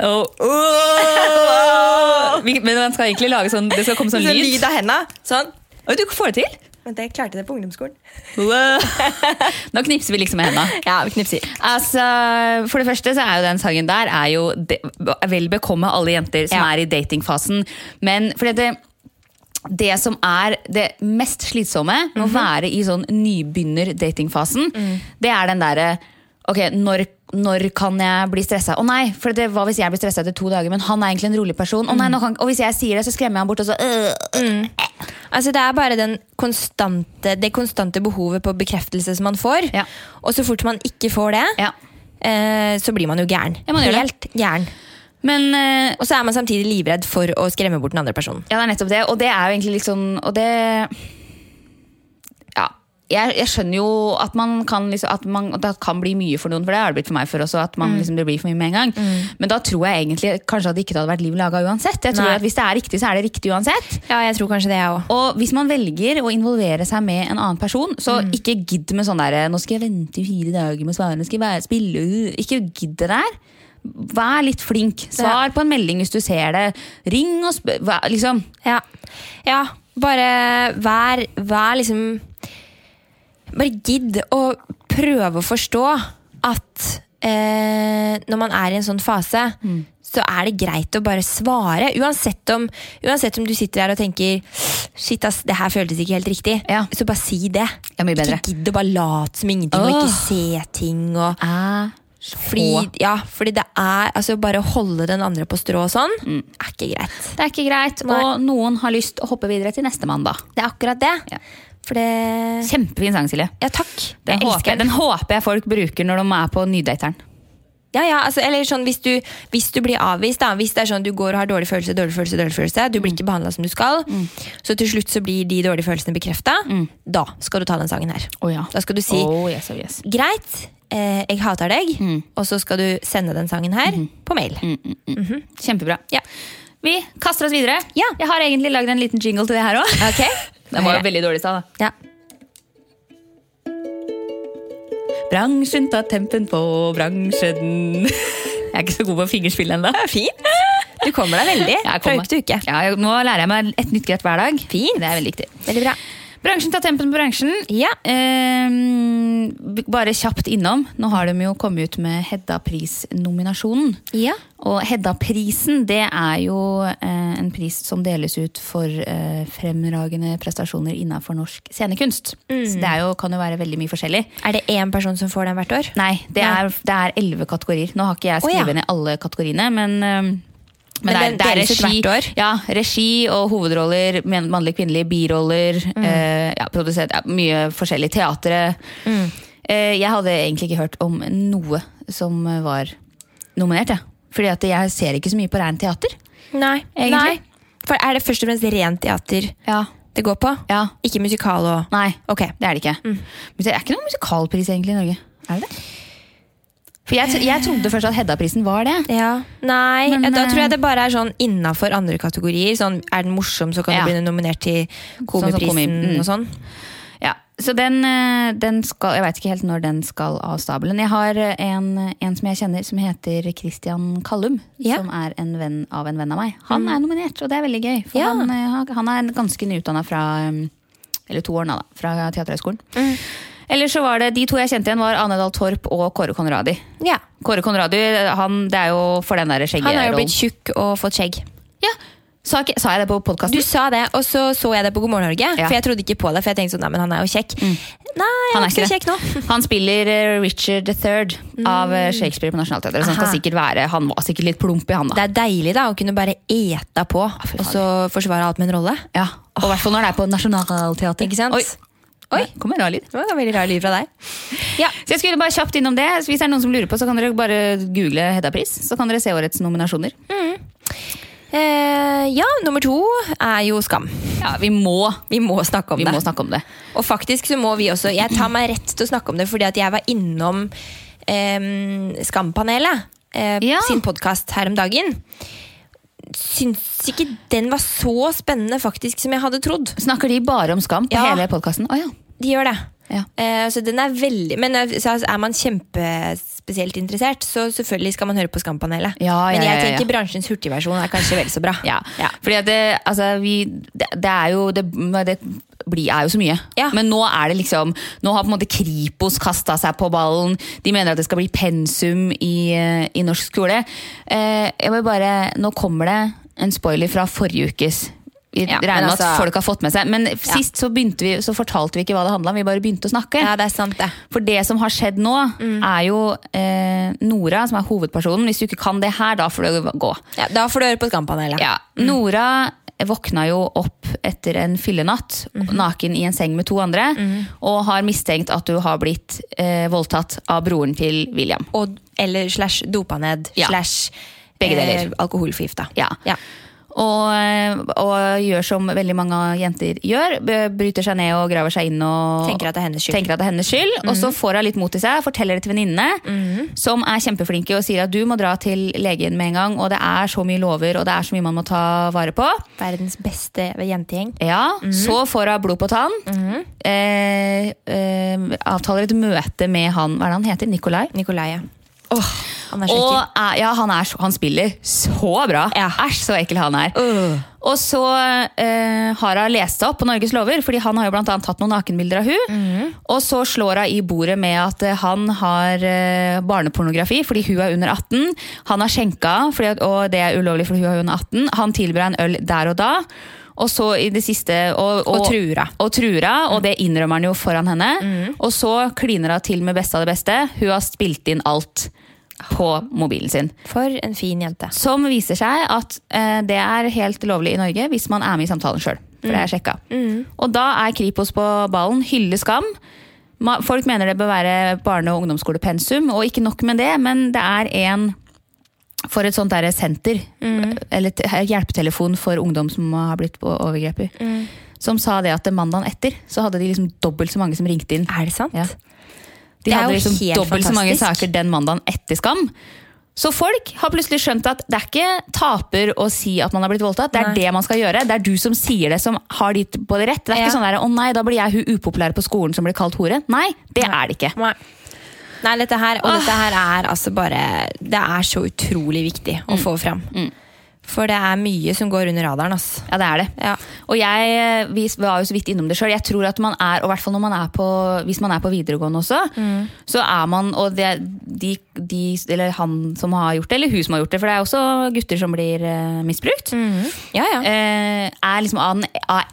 A: Vi- Men man skal egentlig lage sånn Det skal komme sånn lyd.
B: av henda. Sånn.
A: Oi, du får det til!
B: Men det klarte det på ungdomsskolen.
A: Nå knipser vi liksom med henda.
B: Ja, vi knipser.
A: Altså, for det første så er jo den sangen der er jo de, Vel bekomme alle jenter som
B: Ja.
A: er i datingfasen. Men for det, det som er det mest slitsomme med
B: Mhm.
A: å være i sånn nybegynner-datingfasen,
B: Mm.
A: det er den derre Ok, når, når kan jeg bli stressa? Å nei, for det, hva hvis jeg blir stressa etter to dager? Men han er egentlig en rolig person. Å nei,
B: Mm.
A: nå kan, og hvis jeg sier det, så skremmer jeg han bort. Og så, øh,
B: Altså, det er bare den konstante, det konstante behovet på bekreftelse som man får.
A: Ja.
B: Og så fort man ikke får det,
A: ja.
B: eh, så blir man jo gæren.
A: Ja, man gjør det.
B: Helt gæren.
A: Men eh,
B: Og så er man samtidig livredd for å skremme bort den andre personen.
A: Ja, det er nettopp det. Og det er jo egentlig liksom Og det Ja. Jeg, jeg skjønner jo at man kan liksom, at man, at det kan bli mye for noen, for det har det blitt for meg før også. at man, liksom, det blir for mye med en gang. Men da tror jeg egentlig kanskje at det ikke hadde vært liv laga uansett. Jeg tror
B: Nei.
A: at Hvis det er riktig, så er det riktig uansett.
B: Ja, jeg tror kanskje det, jeg òg.
A: Og hvis man velger å involvere seg med en annen person, så ikke gidd med sånn derre 'Nå skal jeg vente i fire dager med å svare, nå skal jeg være, spille øh». Ikke gidd det der. Vær litt flink. Svar på en melding hvis du ser det. Ring og spør. Vær- Liksom.
B: Ja. ja bare vær, vær liksom Bare gidd å prøve å forstå at eh, når man er i en sånn fase,
A: Mm.
B: så er det greit å bare svare. Uansett om, uansett om du sitter der og tenker Shit, ass, det her føltes ikke helt riktig.
A: Ja.
B: Så bare si det.
A: Ja, mye bedre.
B: Ikke gidd å bare late som ingenting og
A: Åh.
B: ikke se ting og
A: er
B: Fordi, ja, fordi det er Altså, bare å holde den andre på strå og sånn,
A: Mm.
B: er ikke greit.
A: Det er ikke greit.
B: Nei.
A: Og noen har lyst å hoppe videre til neste mann, da.
B: Det er akkurat det.
A: Ja.
B: For det
A: Kjempefin sang, Silje.
B: Ja, takk.
A: Den,
B: jeg
A: håper,
B: elsker
A: jeg- den håper jeg folk bruker når de er på nydateren.
B: Ja, ja, altså, eller sånn hvis du, hvis du blir avvist, da, hvis det er sånn du går og har dårlig følelse, dårlig følelse, dårlig følelse, du
A: Mm.
B: blir ikke behandla som du skal, så til slutt så blir de dårlige følelsene bekrefta, da skal du ta den sangen her.
A: Mm. Å Mm. ja.
B: Da skal du si
A: Oh, yes, oh, yes.
B: greit, eh, jeg hater deg, og så skal du sende den sangen her
A: Mm-hmm.
B: på mail.
A: Mm. Kjempebra.
B: Ja.
A: Vi kaster oss videre.
B: Ja.
A: Jeg har egentlig lagd en liten jingle til det her òg.
B: Ok?
A: Den var jo veldig dårlig i stad, da.
B: Ja.
A: Bransjen tar tempen på bransjen. Jeg er ikke så god på fingerspill ennå.
B: Fint. Du kommer deg veldig
A: Jeg
B: fra
A: kommer.
B: uke til uke.
A: Ja, jeg- nå lærer jeg meg et nytt grep hver dag.
B: Fint.
A: Det er veldig viktig.
B: Veldig bra.
A: Bransjen tar tempen på bransjen.
B: Ja.
A: Ehm, b- bare kjapt innom. Nå har de jo kommet ut med Hedda Pris-nominasjonen.
B: Ja.
A: Og Hedda-prisen det er jo eh, en pris som deles ut for eh, fremragende prestasjoner innenfor norsk scenekunst. Så det er jo, kan jo være veldig mye forskjellig.
B: Er det én person som får den hvert år?
A: Nei, det
B: Nei.
A: er det er elleve kategorier. Nå har ikke jeg skrevet
B: Å, ja.
A: ned alle kategoriene, men um,
B: Men den deles ut hvert år?
A: Ja, regi og hovedroller, men- mannlig, kvinnelig, biroller,
B: Mm.
A: eh, ja, produsert, ja, mye forskjellig. Teatret.
B: Mm.
A: Eh, jeg hadde egentlig ikke hørt om noe som var nominert, jeg. Fordi at jeg ser ikke så mye på rent teater.
B: Nei. Nei.
A: Egentlig.
B: For er det først og fremst rent teater
A: Ja.
B: det går på?
A: ja.
B: Ikke musikal og
A: Nei,
B: Ok.
A: det er det ikke.
B: Mm.
A: Men det er ikke noen musikalpris egentlig i Norge. Er det det? For jeg, tro- jeg trodde først at Hedda-prisen var det.
B: Ja. Nei,
A: Men,
B: ja, da
A: eh,
B: tror jeg det bare er sånn innafor andre kategorier. Sånn, er den morsom, så kan
A: Ja.
B: du bli nominert til
A: som
B: Komiprisen
A: komi, mm.
B: og sånn.
A: Ja, så den, eh, den skal, Jeg veit ikke helt når den skal av stabelen. Jeg har eh, en, en som jeg kjenner som heter Christian Kallum.
B: Ja. Mm.
A: Som er en venn av en venn av meg. Han er nominert, og det er veldig gøy. For
B: Ja.
A: han, eh, har- han er ganske nyutdanna fra eh, Eller to år nå, da. Fra Teaterhøgskolen.
B: Mm.
A: Eller så var det de to jeg kjente igjen, var Ane Dahl Torp og Kåre Konradi.
B: Ja.
A: Kåre Konradi han, det er jo for den
B: Han
A: derre
B: er jo
A: skjeggerollen.
B: blitt tjukk og fått skjegg.
A: Ja. Sa, ikke- sa jeg det på
B: Du
A: podkasten?
B: sa det, og så så jeg det på God morgen Norge.
A: Ja.
B: For jeg trodde ikke på det, for jeg tenkte sånn, nei, men han er jo kjekk. Nei, han, er ikke så kjekk nå.
A: Han spiller eh, Richard III av eh, Shakespeare på Nationaltheatret. Så han, skal
B: Mm. Aha.
A: sikkert være, han var sikkert litt plump i han,
B: Det
A: da.
B: er deilig da, å kunne bare ete på,
A: fy
B: og så forsvare alt med en rolle.
A: Ja. Og i hvert fall når det er på Nationaltheatret.
B: Ikke sant?
A: Oi,
B: Oi.
A: Oi. kom en rar lyd.
B: Det var en veldig rar lyd fra deg.
A: Ja, så jeg skulle bare kjapt innom det. Så Hvis det er noen som lurer på, så kan dere bare google Hedda Pris. Så kan dere se årets nominasjoner.
B: Eh, ja, nummer to er jo Skam.
A: Ja, vi må,
B: Vi må snakke om
A: vi
B: det.
A: må snakke om det.
B: Og faktisk så må vi også Jeg tar meg rett til å snakke om det fordi at jeg var innom eh, Skampanelet eh,
A: Ja.
B: sin podkast her om dagen. Syns ikke den var så spennende faktisk som jeg hadde trodd.
A: Snakker de bare om skam på
B: Ja.
A: hele podkasten? Å ja.
B: De gjør det.
A: ja.
B: Eh, så den er veldig Men eh, så er man kjempespesielt interessert, så selvfølgelig skal man høre på Skampanelet.
A: Ja, ja,
B: Men jeg
A: ja, ja.
B: tenker bransjens hurtigversjon er kanskje vel så bra.
A: Ja, fordi at det, altså, vi, det, det er jo det, det blir, er jo så mye.
B: Ja.
A: Men nå er det liksom Nå har på en måte Kripos kasta seg på ballen. De mener at det skal bli pensum i, eh, i norsk skole. Eh, jeg vil bare, Nå kommer det en spoiler fra forrige ukes. Vi
B: Ja,
A: regner
B: men
A: med
B: altså-
A: at folk har fått med seg. Men sist så, begynte vi, så fortalte vi ikke hva det handla om, vi bare begynte å snakke.
B: Ja, Mm. det er sant, det.
A: For det som har skjedd nå, er jo eh, Nora, som er hovedpersonen. Hvis du ikke kan det her, da får du gå.
B: Ja, da får du høre på Skampanelet.
A: Ja. Nora våkna jo opp etter en fyllenatt,
B: Mhm.
A: naken i en seng med to andre, og har mistenkt at du har blitt eh, voldtatt av broren til William.
B: Og, eller slash dopa ned.
A: Ja.
B: Slash
A: Begge deler.
B: Eh, alkoholforgifta.
A: Ja.
B: Ja.
A: Og, eh, og gjør som veldig mange jenter gjør, b- bryter seg ned og graver seg inn og
B: Tenker at det er hennes skyld. Mhm.
A: tenker at det er hennes skyld, og så får hun litt mot i seg, forteller det til venninnene, som er kjempeflinke og sier at du må dra til legen med en gang, og det er så mye lover, og det er så mye man må ta vare på.
B: Verdens beste jentegjeng.
A: Ja, Så får hun blod på tann.
B: Mhm.
A: eh, eh, avtaler et møte med han Hva er det han heter? Nikolai?
B: Nikolai, ja. han er så
A: Og
B: ekkel.
A: eh, ja, han, er, så- han spiller så bra!
B: Ja.
A: Æsj, så ekkel han er.
B: Øh.
A: Og så eh, har hun lest seg opp på Norges lover, fordi han har jo blant annet tatt noen nakenbilder av hun.
B: Mhm.
A: Og så slår hun i bordet med at eh, han har eh, barnepornografi fordi hun er under 18. Han har skjenka, fordi, at- og det er ulovlig fordi hun er under 18. Han tilbyr henne en øl der og da. Og så i det siste Og,
B: Og truer henne.
A: Og, truer henne, og det innrømmer han jo foran henne. Og så kliner hun til med beste av det beste. Hun har spilt inn alt. på mobilen sin.
B: For en fin jente.
A: Som viser seg at eh, det er helt lovlig i Norge hvis man er med i samtalen sjøl. For det har jeg sjekka. Og da er Kripos på ballen. Hylle skam. Ma- Folk mener det bør være barne- og ungdomsskolepensum, og ikke nok med det, men det er en for et sånt der senter, eller te- hjelpetelefon for ungdom som har blitt o- overgrepet, som sa det at mandagen etter så hadde de liksom dobbelt så mange som ringte inn.
B: Er det sant?
A: Ja. De
B: Det er
A: hadde
B: jo
A: liksom
B: helt
A: dobbelt så mange
B: fantastisk.
A: saker den mandagen etter Skam. Så folk har plutselig skjønt at det er ikke taper å si at man har blitt voldtatt. Det er
B: Nei.
A: det man skal gjøre. Det er du som sier det, som har ditt på det rett. Det er
B: Ja.
A: ikke sånn der, 'Å nei, da blir jeg hun upopulære på skolen som blir kalt hore'. Nei, det er det ikke.
B: Nei. Nei, dette her, og dette her er altså bare Det er så utrolig viktig
A: Mm.
B: å få fram. For det er mye som går under radaren, altså.
A: Ja, det er det.
B: Ja.
A: Og jeg, vi var jo så vidt innom det sjøl. Jeg tror at man er, og i hvert fall når man er på, hvis man er på videregående også,
B: Mm.
A: så er man Og det, de, de, eller han som har gjort det, eller hun som har gjort det, for det er også gutter som blir eh, misbrukt.
B: Mm. Mhm. Ja, ja.
A: eh, er, liksom, an-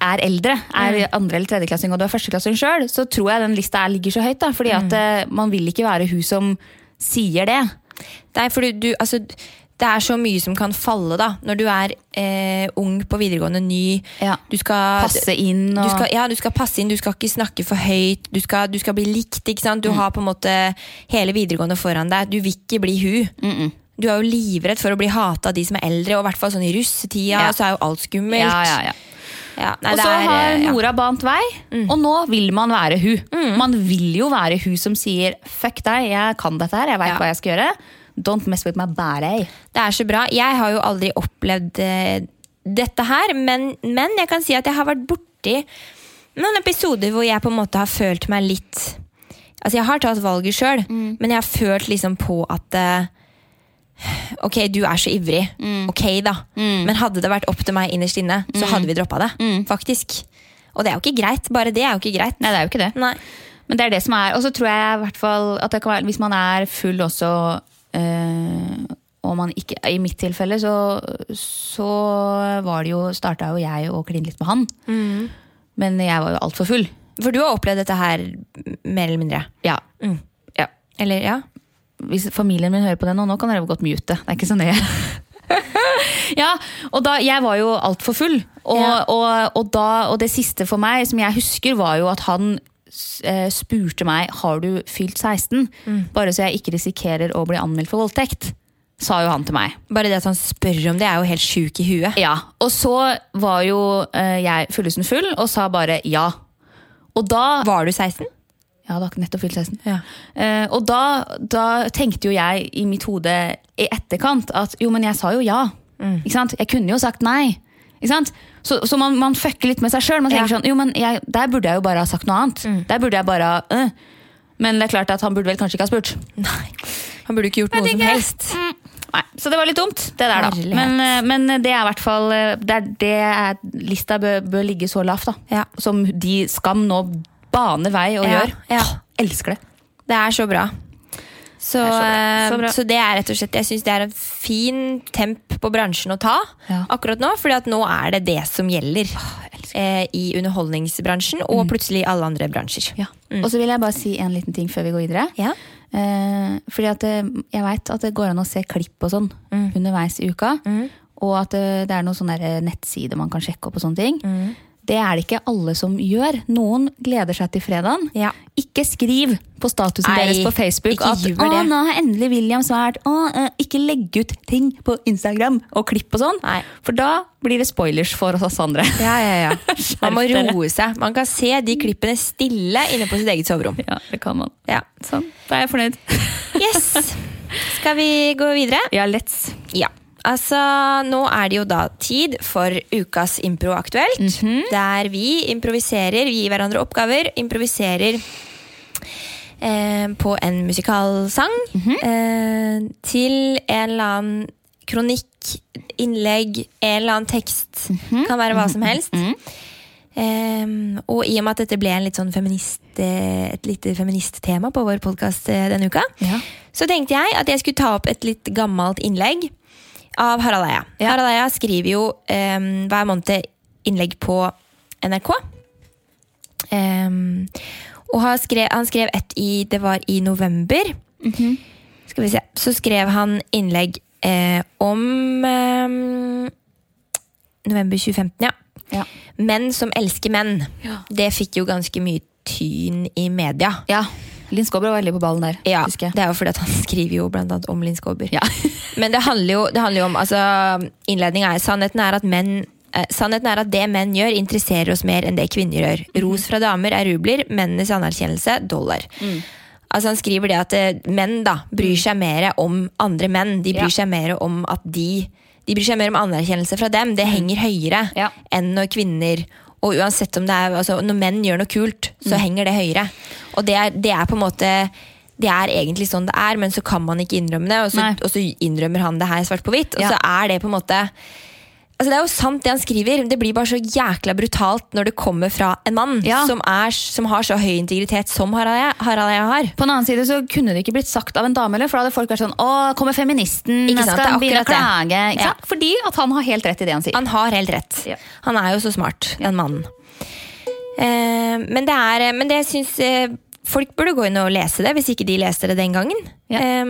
A: er eldre, er
B: Mm.
A: andre- eller tredjeklassing og du er førsteklassing sjøl, så tror jeg den lista her ligger så høyt. Da, fordi
B: Mm.
A: at eh, man vil ikke være hun som sier det.
B: Nei, for du, du altså det er så mye som kan falle da når du er eh, ung på videregående, ny.
A: Ja.
B: Du skal
A: Passe inn og
B: Du skal, ja, du skal passe inn, du skal ikke snakke for høyt, du skal, du skal bli likt. ikke sant?
A: Mm.
B: Du har på en måte hele videregående foran deg. Du vil ikke bli hun. Du er jo livredd for å bli hata av de som er eldre, og i hvert fall sånn i russetida.
A: Ja.
B: Så er jo alt skummelt.
A: ja, ja, ja.
B: Ja, nei,
A: Og
B: det
A: så
B: er,
A: har
B: eh, ja. Mm.
A: Nora bant vei, og nå vil man være hun. Man vil jo være hun som sier 'fuck deg, jeg kan dette her, jeg veit
B: Ja.
A: hva jeg skal gjøre'. Don't mess with my body.
B: Det er så bra. Jeg har jo aldri opplevd eh, dette her, men, men jeg kan si at jeg har vært borti noen episoder hvor jeg på en måte har følt meg litt Altså, jeg har tatt valget sjøl, men jeg har følt liksom på at eh, Ok, du er så ivrig. Ok, da. Men hadde det vært opp til meg innerst inne, så hadde vi droppa det. Faktisk. Og det er jo ikke greit. Bare det er jo ikke greit.
A: Nei, det er jo ikke det.
B: Nei.
A: Men det er det som er. Og så tror jeg i hvert fall at det kan være, hvis man er full også eh, og man ikke, I mitt tilfelle så, så var det jo starta jo jeg å kline litt med han. Men jeg var jo altfor full.
B: For du har opplevd dette her mer eller mindre.
A: Ja. ja.
B: Eller ja?
A: Hvis familien min hører på det nå, nå kan dere godt mute. Det er ikke så nøye. ja, og da, Jeg var jo altfor full. Og,
B: Ja.
A: og, og, da, og det siste for meg som jeg husker, var jo at han s- eh, spurte meg har du fylt 16, bare så jeg ikke risikerer å bli anmeldt for voldtekt. Sa jo han til meg.
B: Bare det at han spør om det, er jo helt sjuk i huet.
A: Ja, Og så var jo eh, jeg fullesen full og sa bare ja. Og da
B: Var du 16?
A: Jeg hadde akkurat nettopp fylt 16.
B: Ja.
A: Eh, og da, da tenkte jo jeg i mitt hode i etterkant at jo, men jeg sa jo ja.
B: Mm.
A: Ikke sant? Jeg kunne jo sagt nei. Ikke sant? Så, så man, man fucker litt med seg sjøl. Man tenker
B: Ja. Mm.
A: sånn, jo, men jeg, der burde jeg jo bare ha sagt noe annet. Der burde jeg bare ha, øh. Men det er klart at han burde vel kanskje ikke ha spurt.
B: Nei. Han burde ikke gjort noe som
A: tenker-
B: helst.
A: Nei, Så det var litt dumt, det der, da.
B: Herlighet.
A: Men, eh, men det er i hvert fall eh, det er det er, Lista bør, bør ligge så lavt, da.
B: Ja.
A: Som de Skam nå baner vei og
B: Ja,
A: gjør.
B: ja.
A: Åh, elsker det.
B: Det er så bra. Så eh,
A: er så bra.
B: så,
A: Så bra.
B: det er rett og slett Jeg syns det er en fin temp på bransjen å ta
A: Ja.
B: akkurat nå. Fordi at nå er det det som gjelder eh, i underholdningsbransjen og plutselig alle andre bransjer. Mm.
A: Ja. Og så vil jeg bare si en liten ting før vi går videre.
B: Ja.
A: Eh, fordi at eh, jeg veit at det går an å se klipp og sånn
B: Mm.
A: underveis i uka. Og at eh, det er noen sånne der nettsider man kan sjekke opp og sånne ting.
B: Mm.
A: Det er det ikke alle som gjør. Noen gleder seg til fredagen.
B: Ja.
A: Ikke skriv på statusen
B: Nei,
A: deres på Facebook
B: ikke
A: at
B: gjør
A: 'Å,
B: det.»
A: nå har endelig William svart'. Å, eh, ikke legg ut ting på Instagram og klipp og sånn.
B: Nei.
A: For da blir det spoilers for oss andre.
B: Ja, ja, Mm. ja. Man må
A: Skjerp dere.
B: roe seg. Man kan se de klippene stille inne på sitt eget soverom.
A: Ja, det kan man.
B: Ja.
A: Sånn, da er jeg fornøyd.
B: Yes! Skal vi gå videre?
A: Ja, let's.
B: Ja. Altså, nå er det jo da tid for ukas Impro aktuelt. Der vi improviserer, vi gir hverandre oppgaver, improviserer eh, på en musikalsang eh, til en eller annen kronikk, innlegg, en eller annen tekst. Kan være
A: Mhm.
B: hva som helst. Eh, og i og med at dette ble en litt sånn feminist, eh, et lite feministtema på vår podkast denne uka,
A: Ja.
B: så tenkte jeg at jeg skulle ta opp et litt gammelt innlegg av Harald Eia. Harald Eia skriver jo em, hver måned innlegg på NRK. Ehm, Mhm. Em, og har skre- han skrev et i, det var i november. Skal vi se. Så skrev han innlegg eh, om eh, november 2015, ja.
A: Ja.
B: Menn som elsker menn.
A: Ja.
B: Det fikk jo ganske mye tyn i media.
A: Ja. Linn Skåber var veldig på ballen der.
B: Ja,
A: husker jeg.
B: Det er jo fordi at han skriver jo blant annet om Linn Skåber.
A: Ja.
B: Men det handler jo, det handler jo om altså, Innledninga er sannheten er at menn eh, Sannheten er at det menn gjør, interesserer oss mer enn det kvinner gjør. Ros fra damer er rubler, mennenes anerkjennelse dollar.
A: mm.
B: Altså Han skriver det at eh, menn da bryr seg mer om andre menn. De
A: Ja.
B: bryr seg mer om at de De bryr seg mer om anerkjennelse fra dem. Det henger høyere
A: Mm. Ja.
B: enn når kvinner og uansett om det er, altså Når menn gjør noe kult,
A: Mm.
B: så henger det høyere. Og det er, det er på en måte det er egentlig sånn det er, men så kan man ikke innrømme det. Og så,
A: Nei.
B: og så innrømmer han det her svart på hvitt. Og
A: Ja.
B: så er det på en måte Altså Det er jo sant, det han skriver. Det blir bare så jækla brutalt når det kommer fra en mann
A: Ja.
B: som, er, som har så høy integritet som Harald Harald Eia har.
A: På den annen side så kunne det ikke blitt sagt av en dame heller, for da hadde folk vært sånn Å, kommer feministen?
B: Ikke sant,
A: skal
B: det
A: han
B: er
A: begynne å
B: akkurat
A: klage?
B: Ja.
A: Ikke sant? Fordi at han har helt rett i det han sier.
B: Han har helt rett.
A: Ja.
B: Han er jo så smart, den mannen. Eh, men det er Men det syns eh, folk burde gå inn og lese det, hvis ikke de leste det den gangen.
A: Ja.
B: Eh,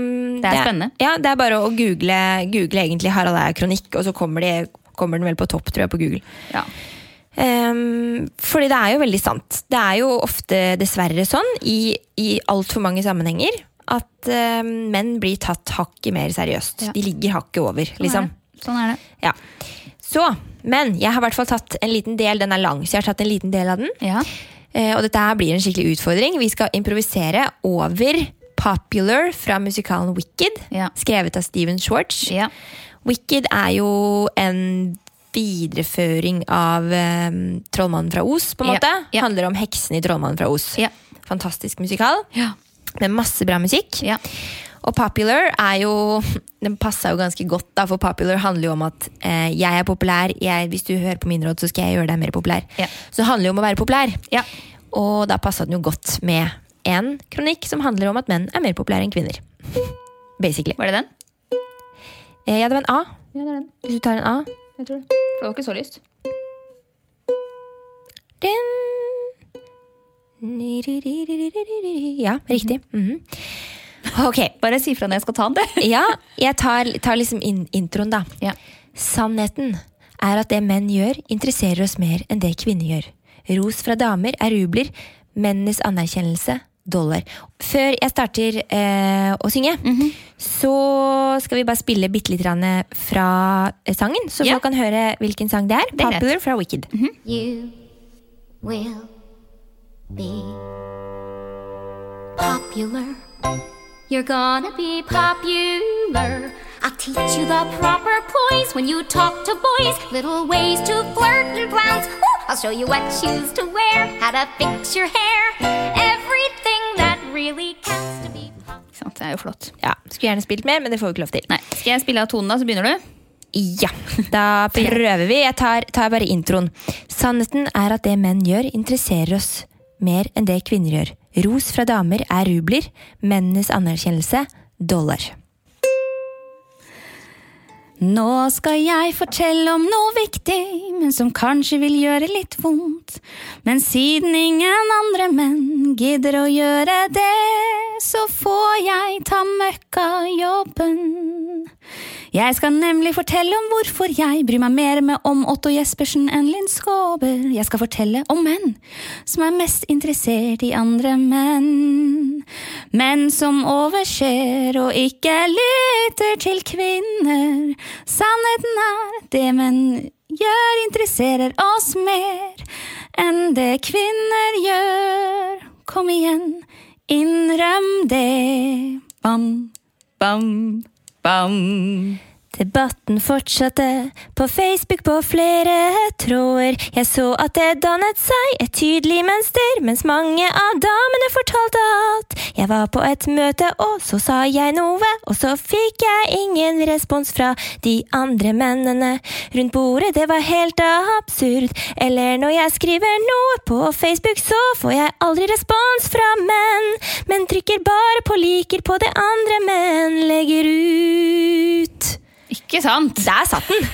A: er spennende.
B: Ja, det er bare å google, google egentlig Harald Eia-kronikk, og så kommer, de, kommer den vel på topp, tror jeg, på Google.
A: Ja.
B: Um, fordi det er jo veldig sant. Det er jo ofte dessverre sånn i, i altfor mange sammenhenger at um, menn blir tatt hakket mer seriøst.
A: Ja.
B: De ligger hakket over,
A: Sånn,
B: liksom.
A: er det. sånn er det.
B: Ja. Så, men jeg har i hvert fall tatt en liten del. Den er lang, så jeg har tatt en liten del av den.
A: Ja.
B: Eh, og dette her blir en skikkelig utfordring. Vi skal improvisere over Popular fra musikalen Wicked,
A: Ja.
B: skrevet av Steven Schwartz.
A: Ja.
B: Wicked er jo en videreføring av eh, Trollmannen fra Os, på en
A: Ja,
B: måte.
A: ja.
B: Handler om heksen i Trollmannen fra Os.
A: Ja.
B: Fantastisk musikal
A: Ja.
B: med masse bra musikk.
A: Ja.
B: Og Popular er jo Den passer jo ganske godt, da, for Popular handler jo om at eh, jeg er populær. Jeg, hvis du hører på mine råd, så skal jeg gjøre deg mer populær.
A: Ja.
B: Så det handler jo om å være populær.
A: Ja.
B: Og da passa den jo godt med en kronikk som handler om at menn er mer populære enn kvinner. Basically.
A: Var det den?
B: Eh, ja, det var en A.
A: Ja, det er den.
B: Hvis du tar en A
A: Jeg tror det. For det var ikke så lyst.
B: Din. Ja, riktig. Mhm. Ok.
A: Bare si fra når jeg skal ta den, det.
B: Ja, jeg tar, tar liksom inn introen, da.
A: Ja.
B: Sannheten er at det menn gjør, interesserer oss mer enn det kvinner gjør. Ros fra damer er rubler, mennenes anerkjennelse dollar. Før jeg starter eh, å synge,
A: Mhm.
B: så skal vi bare spille bitte litt grann fra eh, sangen, så
A: Ja.
B: folk kan høre hvilken sang det er.
A: er greit. Mhm.
B: Popular fra Wicked.
C: You will be popular. You're gonna be popular. I'll teach you the proper poise when you talk to boys. Little ways to flirt and glance. Ooh, I'll show you what shoes to wear, how to fix your hair. Everything that really counts to be popular.
A: Ikke sant, Det er jo flott.
B: Ja, Skulle gjerne spilt mer, men det får vi ikke lov til.
A: Nei, Skal jeg spille av tonen, da, så begynner du?
B: Ja, da prøver vi. Jeg tar, tar bare introen. Sannheten er at det menn gjør, interesserer oss mer enn det kvinner gjør. Ros fra damer er rubler, mennenes anerkjennelse dollar.
A: Nå skal jeg fortelle om noe viktig, men som kanskje vil gjøre litt vondt. Men siden ingen andre menn gidder å gjøre det, så får jeg ta møkkajobben. Jeg skal nemlig fortelle om hvorfor jeg bryr meg mer med om Otto Jespersen enn Linn Skåber. Jeg skal fortelle om menn som er mest interessert i andre menn. Menn som overser og ikke lytter til kvinner. Sannheten er at det menn gjør, interesserer oss mer enn det kvinner gjør. Kom igjen, innrøm det. Bam, bam, bam.
B: Debatten fortsatte på Facebook på flere tråder. Jeg så at det dannet seg et tydelig mønster, mens mange av damene fortalte at jeg var på et møte, og så sa jeg noe, og så fikk jeg ingen respons fra de andre mennene rundt bordet. Det var helt absurd. Eller når jeg skriver noe på Facebook, så får jeg aldri respons fra menn, men trykker bare på liker på det andre menn legger ut.
A: Ikke sant?
B: Der satt den!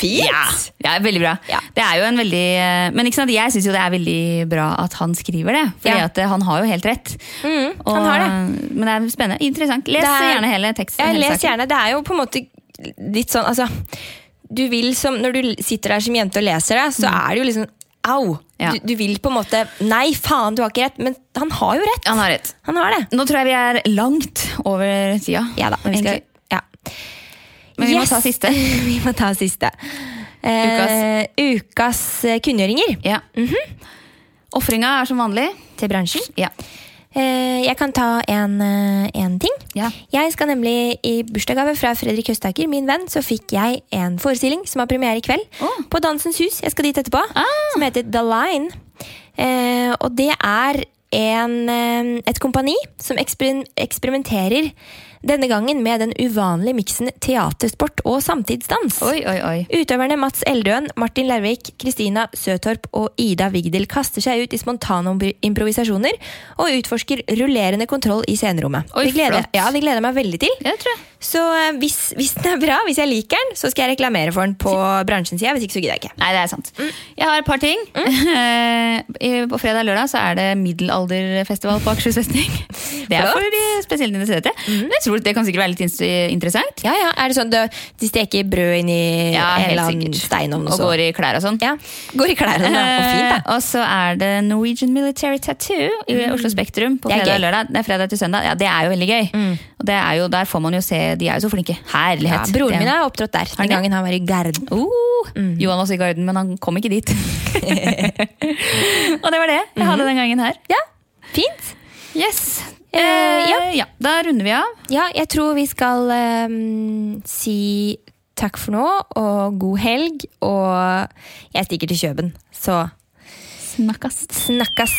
B: Fint!
A: Ja, Ah, ja, veldig bra.
B: Ja.
A: Det er jo en veldig, eh, men ikke sant, jeg syns jo det er veldig bra at han skriver det. For
B: Ja.
A: han har jo helt rett.
B: Mm, han har det.
A: Men det er spennende. Interessant. Les
B: Det er-
A: gjerne hele teksten.
B: Ja,
A: hele
B: les
A: saken.
B: gjerne. Det er jo på en måte litt sånn altså, du vil som, Når du sitter der som jente og leser det, så er det jo liksom au!
A: Mm. Ja.
B: Du, du vil på en måte Nei, faen, du har ikke rett! Men han har jo rett!
A: Han har rett.
B: Han har det.
A: Nå tror jeg vi er langt over tida.
B: Ja da. Vi skal,
A: egentlig.
B: ja.
A: Men vi må
B: Yes!
A: ta siste.
B: vi må ta siste. Eh, ukas eh, kunngjøringer
A: Ja.
B: Mhm.
A: Ofringa er som vanlig.
B: til bransjen.
A: Ja.
B: Eh, jeg kan ta en, eh, en ting.
A: Ja.
B: Jeg skal nemlig i bursdagsgave fra Fredrik Høstaker, min venn, så fikk jeg en forestilling som har premiere i kveld.
A: Å.
B: På Dansens Hus. Jeg skal dit etterpå. Som heter The Line. Eh, og det er en, eh, et kompani som eksperim- eksperimenterer denne gangen med den uvanlige miksen teatersport og samtidsdans.
A: Oi, oi, oi.
B: Utøverne Mats Eldøen, Martin Lervik, Kristina Søtorp og Ida Vigdel kaster seg ut i spontane ombr- improvisasjoner og utforsker rullerende kontroll i scenerommet.
A: Oi,
B: det, gleder,
A: flott.
B: ja, det gleder jeg meg veldig til.
A: Ja, det tror jeg.
B: Så eh, hvis, hvis den er bra, hvis jeg liker den, så skal jeg reklamere for den på bransjens side. Hvis ikke, så gidder jeg ikke.
A: Nei, det er sant. Jeg har et par ting. Eh, På fredag og lørdag så er det middelalderfestival på Akershus festning. Det er for de spesielt interesserte.
B: Mhm.
A: Men jeg tror det kan sikkert være litt ins- interessant.
B: Ja, ja, Er det sånn det- de steker brød inn i en eller annen steinovn
A: Og går i klær og sånn.
B: ja. går i klærne. Ja. Og fint, da. Mm.
A: Eh, og så er det Norwegian Military Tattoo i Oslo Spektrum på
B: Det er gøy.
A: fredag og
B: Mm.
A: lørdag. Nei, fredag til søndag. Ja, det er jo veldig gøy. Og det er jo, der får man jo se De er jo så flinke.
B: Ja,
A: Herlighet.
B: broren
A: Det-
B: min har opptrådt der den
A: det?
B: gangen han var i Garden.
A: Oh, Johan var også i Garden, men han kom ikke dit. og det var det jeg hadde den gangen her.
B: Ja, fint.
A: Mhm. Yes.
B: Eh, ja.
A: ja. Da runder vi av.
B: Ja, jeg tror vi skal ehm, si takk for nå, og god helg. Og jeg stikker til Kjøben, så
A: Snakkast.
B: snakkes!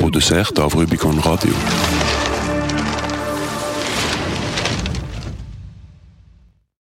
D: Produsert av Rubicon Radio.